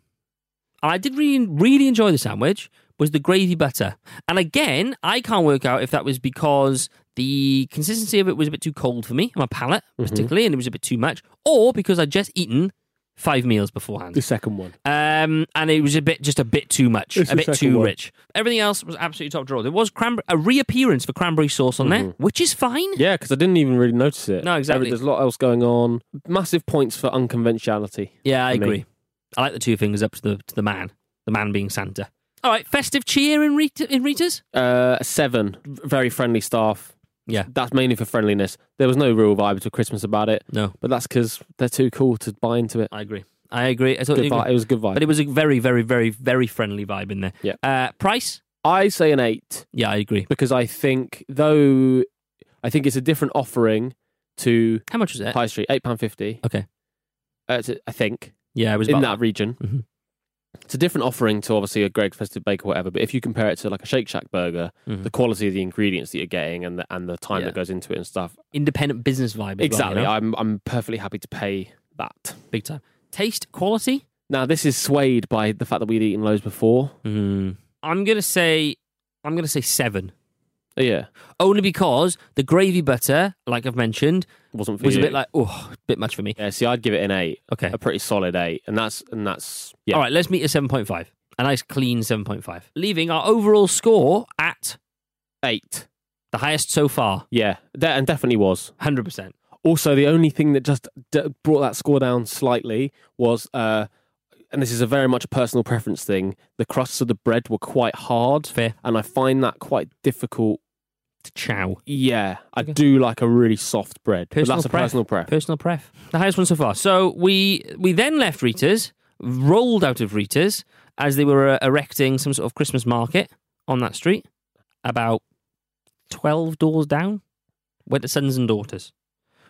Speaker 2: and I did really, really enjoy the sandwich, was the gravy butter. And again, I can't work out if that was because the consistency of it was a bit too cold for me, my palate particularly, and it was a bit too much, or because I'd just eaten five meals beforehand.
Speaker 3: The second one.
Speaker 2: Um, and it was a bit, just a bit too much,
Speaker 3: It's the
Speaker 2: a bit
Speaker 3: second
Speaker 2: too
Speaker 3: one.
Speaker 2: rich. Everything else was absolutely top drawer. There was cranberry, a reappearance for cranberry sauce on there, which is fine.
Speaker 3: Yeah, because I didn't even really notice it.
Speaker 2: No, exactly.
Speaker 3: There's a lot else going on. Massive points for unconventionality.
Speaker 2: Yeah, I
Speaker 3: for me.
Speaker 2: agree. I like the two fingers up to the to the man, the man being Santa. All right, festive cheer in Rita, in Rita's.
Speaker 3: Uh, seven. Very friendly staff.
Speaker 2: Yeah.
Speaker 3: That's mainly for friendliness. There was no real vibe to Christmas about it.
Speaker 2: No.
Speaker 3: But that's because they're too cool to buy into it.
Speaker 2: I agree. I agree. I totally
Speaker 3: Good
Speaker 2: agree.
Speaker 3: vi- it was a good vibe.
Speaker 2: but it was a very, very, very, very friendly vibe in there.
Speaker 3: Yeah.
Speaker 2: Uh, price?
Speaker 3: I say an eight.
Speaker 2: Yeah, I agree.
Speaker 3: Because I think, though, I think it's a different offering to
Speaker 2: How much was it?
Speaker 3: High Street, £8.50.
Speaker 2: Okay.
Speaker 3: Uh, it's a- I think.
Speaker 2: Yeah, it was
Speaker 3: in
Speaker 2: about- Mm-hmm.
Speaker 3: that region. It's a different offering to obviously a Greg's Festive Bake or whatever, but if you compare it to like a Shake Shack burger,
Speaker 2: Mhm.
Speaker 3: the quality of the ingredients that you're getting and the, and the time
Speaker 2: Yeah.
Speaker 3: that goes into it and stuff.
Speaker 2: Independent business vibe. as well, you
Speaker 3: exactly.
Speaker 2: know?
Speaker 3: I'm I'm perfectly happy to pay that.
Speaker 2: Big time. Taste quality.
Speaker 3: Now this is swayed by the fact that we'd eaten loads before.
Speaker 2: Mm. I'm gonna say, I'm gonna say seven.
Speaker 3: Oh, Yeah.
Speaker 2: Only because the gravy butter, like I've mentioned,
Speaker 3: Wasn't for
Speaker 2: was a
Speaker 3: you.
Speaker 2: bit like, oh, bit much for me.
Speaker 3: Yeah, see I'd give it an eight.
Speaker 2: Okay.
Speaker 3: A pretty solid eight. And that's and that's yeah.
Speaker 2: All right, let's meet at 7.5. A nice clean 7.5. Leaving our overall score at
Speaker 3: Eight.
Speaker 2: the highest so far.
Speaker 3: Yeah. That and definitely was.
Speaker 2: 100%.
Speaker 3: Also, the only thing that just d- brought that score down slightly was, uh, and this is a very much a personal preference thing, the crusts of the bread were quite hard.
Speaker 2: Fair.
Speaker 3: And I find that quite difficult.
Speaker 2: Chow.
Speaker 3: Yeah, I do like a really soft bread. but that's a
Speaker 2: pref.
Speaker 3: personal preference.
Speaker 2: Personal pref. The highest one so far. So we we then left Rita's, rolled out of Rita's as they were uh, erecting some sort of Christmas market on that street, about twelve doors down. Went to Sons and Daughters,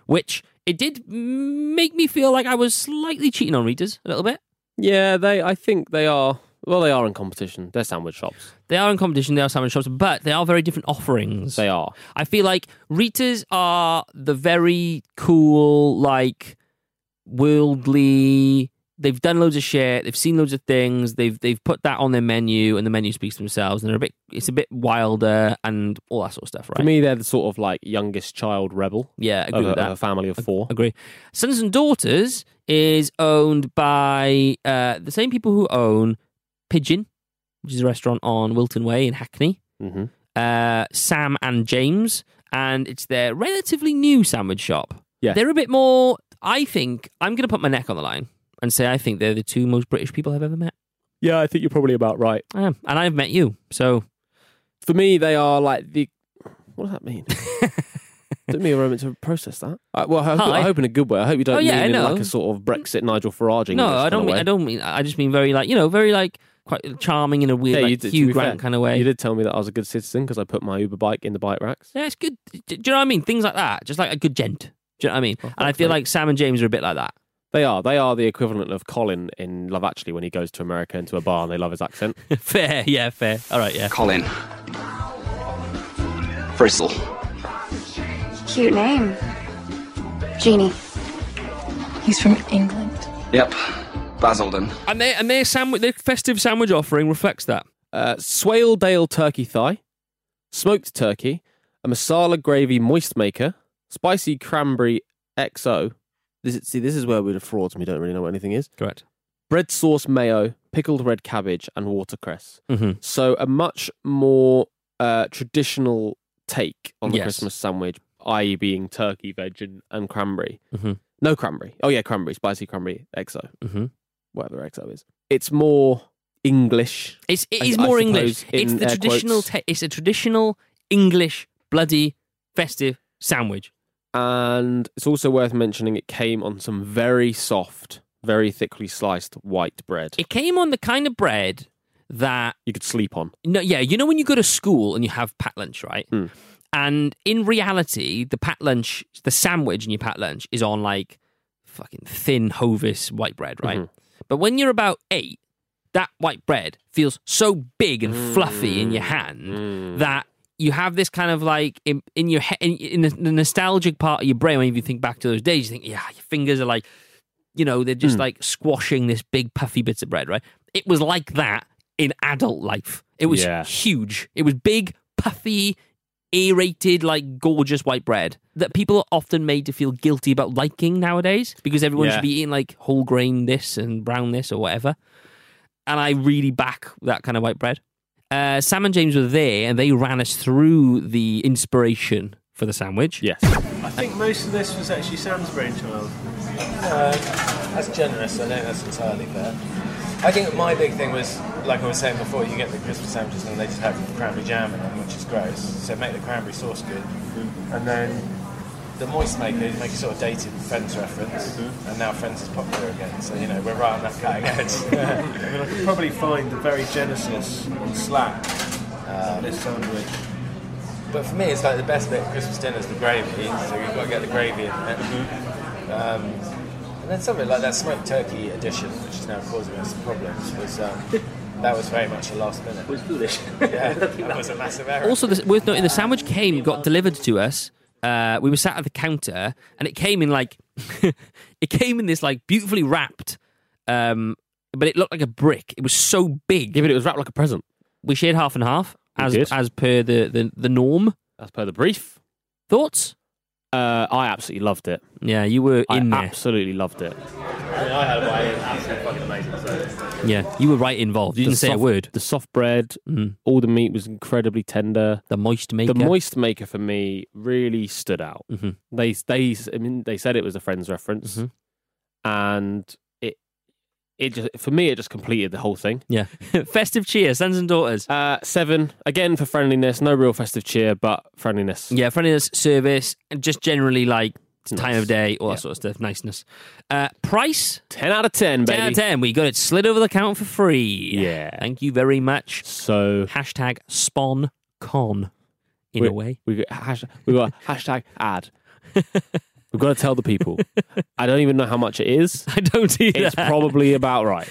Speaker 2: which it did make me feel like I was slightly cheating on Rita's a little bit.
Speaker 3: Yeah, they. I think they are. Well, they are in competition. They're sandwich shops.
Speaker 2: They are in competition. They are sandwich shops, but they are very different offerings.
Speaker 3: They are.
Speaker 2: I feel like Rita's are the very cool, like worldly. They've done loads of shit. They've seen loads of things. They've they've put that on their menu, and the menu speaks for themselves. And they're a bit. It's a bit wilder and all that sort of stuff, right?
Speaker 3: For me, they're the sort of like youngest child rebel.
Speaker 2: yeah, agree
Speaker 3: of, a,
Speaker 2: with that.
Speaker 3: of a family of four.
Speaker 2: Agree. Sons and Daughters is owned by uh, the same people who own Pigeon, which is a restaurant on Wilton Way in Hackney.
Speaker 3: mm-hmm.
Speaker 2: uh, Sam and James, and it's their relatively new sandwich shop.
Speaker 3: Yeah.
Speaker 2: They're a bit more, I think, I'm going to put my neck on the line and say I think they're the two most British people I've ever met.
Speaker 3: Yeah, I think you're probably about right.
Speaker 2: I am. And I've met you. So,
Speaker 3: For me, they are like the. What does that mean? Took me a moment to process that. Uh, well, I hope,
Speaker 2: Hi.
Speaker 3: I hope in a good way. I hope you don't
Speaker 2: Oh, yeah, I
Speaker 3: mean in
Speaker 2: know.
Speaker 3: like a sort of Brexit Nigel Farage.
Speaker 2: no, I don't mean, I don't mean, I just mean very like, you know, very like quite charming in a weird, like,
Speaker 3: did, to
Speaker 2: Hugh
Speaker 3: be fair,
Speaker 2: Grant kind of way.
Speaker 3: You did tell me that I was a good citizen because I put my Uber bike in the bike racks.
Speaker 2: Yeah, it's good. Do do you know what I mean? Things like that. Just like a good gent. Do you know what I mean?
Speaker 3: Oh,
Speaker 2: and I feel like Sam and James are a bit like that.
Speaker 3: They are. They are the equivalent of Colin in Love Actually when he goes to America into a bar and they love his accent.
Speaker 2: fair. Yeah, fair. All right, yeah.
Speaker 12: Colin. Bristle.
Speaker 8: Cute name. Genie. He's from England.
Speaker 12: Yep. Basildon.
Speaker 2: And their, and their, sandwich, their festive sandwich offering reflects that.
Speaker 3: Uh, Swaledale turkey thigh, smoked turkey, a masala gravy moist maker, spicy cranberry XO. This is, see, this is where we're the frauds and we don't really know what anything is.
Speaker 2: Correct.
Speaker 3: Bread sauce mayo, pickled red cabbage, and watercress.
Speaker 2: Mm-hmm.
Speaker 3: So a much more uh, traditional take on the
Speaker 2: Yes.
Speaker 3: Christmas sandwich, i.e., being turkey, veg, and, and cranberry.
Speaker 2: Mhm.
Speaker 3: No cranberry. Oh yeah, cranberry, spicy cranberry XO,
Speaker 2: Mm-hmm.
Speaker 3: whatever XO is. It's more English.
Speaker 2: It's it
Speaker 3: I-
Speaker 2: is
Speaker 3: I
Speaker 2: more English.
Speaker 3: suppose,
Speaker 2: It's
Speaker 3: in
Speaker 2: the
Speaker 3: air
Speaker 2: traditional.
Speaker 3: quotes.
Speaker 2: Te- it's a traditional English bloody festive sandwich.
Speaker 3: and it's also worth mentioning it came on some very soft, very thickly sliced white bread.
Speaker 2: It came on the kind of bread that
Speaker 3: you could sleep on.
Speaker 2: no, yeah, you know when you go to school and you have pat lunch, right?
Speaker 3: Mm.
Speaker 2: And in reality, the pat lunch, the sandwich in your pat lunch
Speaker 9: Mm-hmm.
Speaker 2: is on like fucking thin Hovis white bread, right? But when you're about eight, that white bread feels so big and fluffy
Speaker 9: Mm,
Speaker 2: in your hand that you have this kind of like in, in your he- in, in the- the nostalgic part of your brain when you think back to those days you think yeah your fingers are like you know they're just
Speaker 9: Mm.
Speaker 2: like squashing this big puffy bits of bread right it was like that in adult life it was
Speaker 9: Yeah.
Speaker 2: huge it was big puffy aerated like gorgeous white bread that people are often made to feel guilty about liking nowadays because everyone
Speaker 9: Yeah.
Speaker 2: should be eating like whole grain this and brown this or whatever and I really back that kind of white bread. Uh, Sam and James were there, and they ran us through the inspiration for the sandwich. Yes.
Speaker 13: I think most of this was actually Sam's brainchild. Uh, that's generous. I know that's entirely fair. I think my big thing was, like I was saying before, you get the Christmas sandwiches and they just have cranberry jam in them, which is gross. So make the cranberry sauce good, and then the moist maker you make a sort of dated Friends reference, and now Friends is popular again. So you know we're right on that cutting edge. I mean, I could probably find the very genesis on Slack um, this sandwich. But for me, it's like the best bit of Christmas dinner is the gravy, so you've got to get the gravy in there. Um, and then something like that smoked turkey edition, which is now causing us problems, was um, that was very much a last minute. was foolish. Yeah, that was a massive error.
Speaker 2: Also, this, worth noting, the sandwich came, got delivered to us. Uh, we were sat at the counter, and it came in like, it came in this like beautifully wrapped, um, but it looked like a brick. It was so big. Yeah, but it was wrapped like a present. We shared half and half, as
Speaker 3: did.
Speaker 2: as per the, the the norm.
Speaker 3: As per the brief.
Speaker 2: Thoughts?
Speaker 3: Uh, I absolutely loved it.
Speaker 2: Yeah, you were in
Speaker 3: I
Speaker 2: there.
Speaker 3: absolutely loved it.
Speaker 13: I mean, I had a way in, absolutely fucking amazing. So.
Speaker 2: Yeah, you were right involved. You
Speaker 3: The
Speaker 2: didn't say a
Speaker 3: soft-
Speaker 2: word. Mm-hmm.
Speaker 3: The soft bread, all the meat was incredibly tender.
Speaker 2: The moist maker.
Speaker 3: The moist maker for me really stood out.
Speaker 2: Mhm.
Speaker 3: They they I mean they said it was a friend's reference,
Speaker 2: Mhm.
Speaker 3: and it it just for me it just completed the whole thing.
Speaker 2: Yeah. festive cheer, sons and daughters.
Speaker 3: Uh, seven again for friendliness. No real festive cheer, but friendliness.
Speaker 2: Yeah, friendliness, service, and just generally like time of day, all that sort of stuff. Niceness. Uh, price?
Speaker 3: 10 out of 10,
Speaker 2: 10 out
Speaker 3: baby.
Speaker 2: of 10. We got it slid over the counter for free. Yeah. Thank you very much.
Speaker 3: So.
Speaker 2: Hashtag spawn con in
Speaker 3: we,
Speaker 2: a way.
Speaker 3: We got hash, we got hashtag ad. We've got to tell the people. I don't even know how much it is.
Speaker 2: I don't either.
Speaker 3: It's probably about right.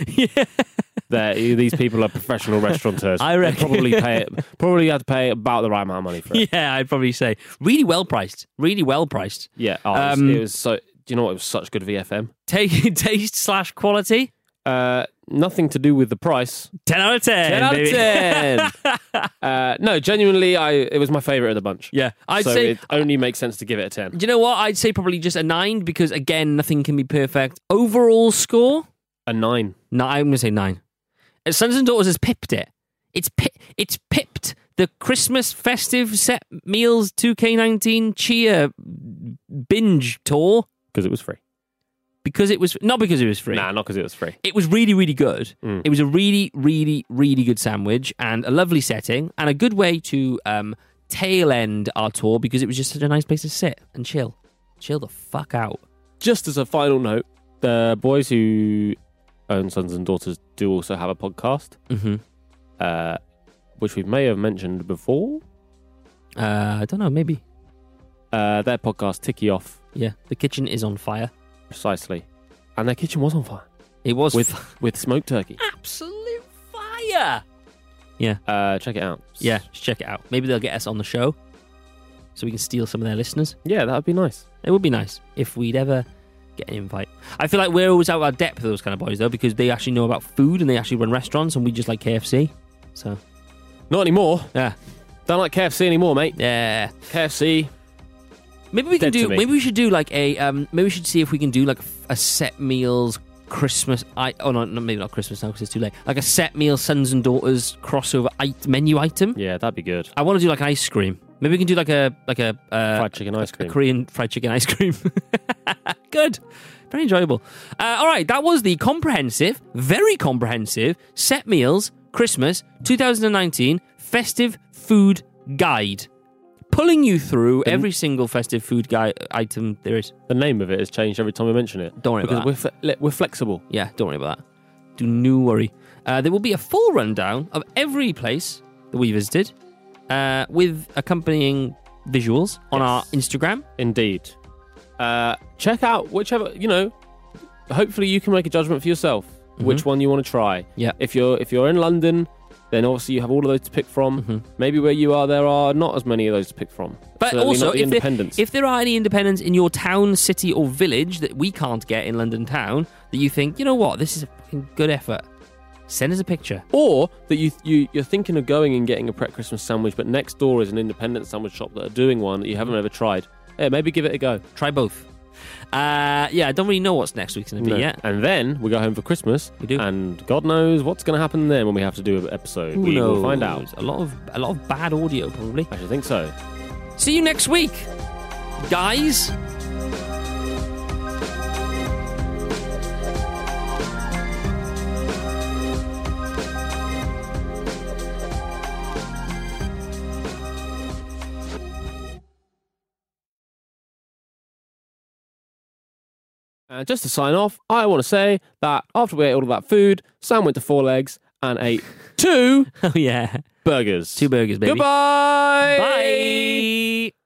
Speaker 3: That these people are professional restaurateurs.
Speaker 2: I
Speaker 3: They
Speaker 2: reckon.
Speaker 3: probably pay it. Probably have to pay about the right amount of money for it.
Speaker 2: Yeah, I'd probably say. Really well priced. Really well priced.
Speaker 3: Yeah. Oh, it was-
Speaker 2: Um,
Speaker 3: it was so. Do you know what? It was such good VFM.
Speaker 2: Take taste slash quality.
Speaker 3: Uh, nothing to do with the price.
Speaker 2: Ten out of ten.
Speaker 3: Ten out
Speaker 2: baby.
Speaker 3: of ten. uh, no, genuinely, I it was my favorite of the bunch.
Speaker 2: Yeah, I'd
Speaker 3: so
Speaker 2: say-
Speaker 3: it only makes sense to give it a ten.
Speaker 2: Do you know what? I'd say probably just a nine because again, nothing can be perfect. Overall score,
Speaker 3: a nine.
Speaker 2: No, I'm gonna say nine. Uh, Sons and Daughters has pipped it. It's pi- it's pipped the Christmas festive set meals 2K19 cheer binge tour
Speaker 3: because it was free.
Speaker 2: Because it was not because it was free.
Speaker 3: Nah, not because it was free.
Speaker 2: It was really, really good. It was a really, really, really good sandwich and a lovely setting and a good way to um, tail end our tour because it was just such a nice place to sit and chill. Chill the fuck out.
Speaker 3: Just as a final note, the boys who own sons and daughters do also have a podcast,
Speaker 2: Mhm.
Speaker 3: uh, which we may have mentioned before.
Speaker 2: Uh, I don't know, maybe.
Speaker 3: Uh, their podcast, Ticky Off,
Speaker 2: Yeah, the kitchen is on fire.
Speaker 3: precisely, and their kitchen was on fire.
Speaker 2: It was
Speaker 3: with with smoked turkey.
Speaker 2: Absolute fire. Yeah.
Speaker 3: Uh, check it out.
Speaker 2: Yeah, just check it out. Maybe they'll get us on the show so we can steal some of their listeners.
Speaker 3: Yeah, that would be nice.
Speaker 2: It would be nice if we'd ever get an invite. I feel like we're always out of our depth with those kind of boys, though, because they actually know about food and they actually run restaurants and we just like KFC. So.
Speaker 3: Not anymore.
Speaker 2: Yeah.
Speaker 3: Don't like KFC anymore, mate.
Speaker 2: Yeah.
Speaker 3: KFC.
Speaker 2: Maybe we can
Speaker 3: Dead to
Speaker 2: do.
Speaker 3: me.
Speaker 2: Maybe we should do like a. Um, maybe we should see if we can do like a set meals Christmas. I oh no, no maybe not Christmas now because it's too late. Like a set meal sons and daughters crossover it, menu item.
Speaker 3: Yeah, that'd be good.
Speaker 2: I want to do like ice cream. Maybe we can do like a like a uh,
Speaker 3: fried chicken ice cream.
Speaker 2: a Korean fried chicken ice cream. Good. Very enjoyable. Uh, all right, that was the comprehensive, very comprehensive set meals Christmas 2019 festive food guide. Pulling you through every single festive food guide item there is.
Speaker 3: The name of it has changed every time we mention it.
Speaker 2: Don't worry
Speaker 3: because
Speaker 2: about
Speaker 3: we're fle- le- we're flexible.
Speaker 2: Yeah, don't worry about that. Do no worry. Uh, there will be a full rundown of every place that we visited uh, with accompanying visuals on our Instagram.
Speaker 3: Indeed. Uh, check out whichever you know. Hopefully, you can make a judgment for yourself. which one you want to try.
Speaker 2: Mm-hmm. Yeah.
Speaker 3: If you're if you're in London, then obviously you have all of those to pick from. Maybe where you are, there are not as many of those to pick from.
Speaker 2: Mm-hmm. But
Speaker 3: Certainly
Speaker 2: also,
Speaker 3: not the
Speaker 2: if,
Speaker 3: independents.
Speaker 2: There, if there are any independents in your town, city, or village that we can't get in London town, that you think, you know what, this is a fucking good effort, send us a picture.
Speaker 3: or that you, you you're thinking of going and getting a Pret Christmas sandwich, but next door is an independent sandwich shop that are doing one that you haven't ever tried. Yeah, maybe give it a go.
Speaker 2: Try both. Uh, yeah, I don't really know what's next week's going to be
Speaker 3: No.
Speaker 2: yet.
Speaker 3: And then we go home for Christmas. We do. And God knows what's going to happen then when we have to do an episode.
Speaker 2: Who
Speaker 3: we will
Speaker 2: knows?
Speaker 3: find out.
Speaker 2: A lot of a lot of bad audio, probably.
Speaker 3: I should think so.
Speaker 2: See you next week, guys.
Speaker 3: And just to sign off, I want to say that after we ate all of that food, Sam went to four legs and ate two
Speaker 2: Oh yeah,
Speaker 3: burgers.
Speaker 2: two burgers, baby.
Speaker 3: Goodbye.
Speaker 2: Bye.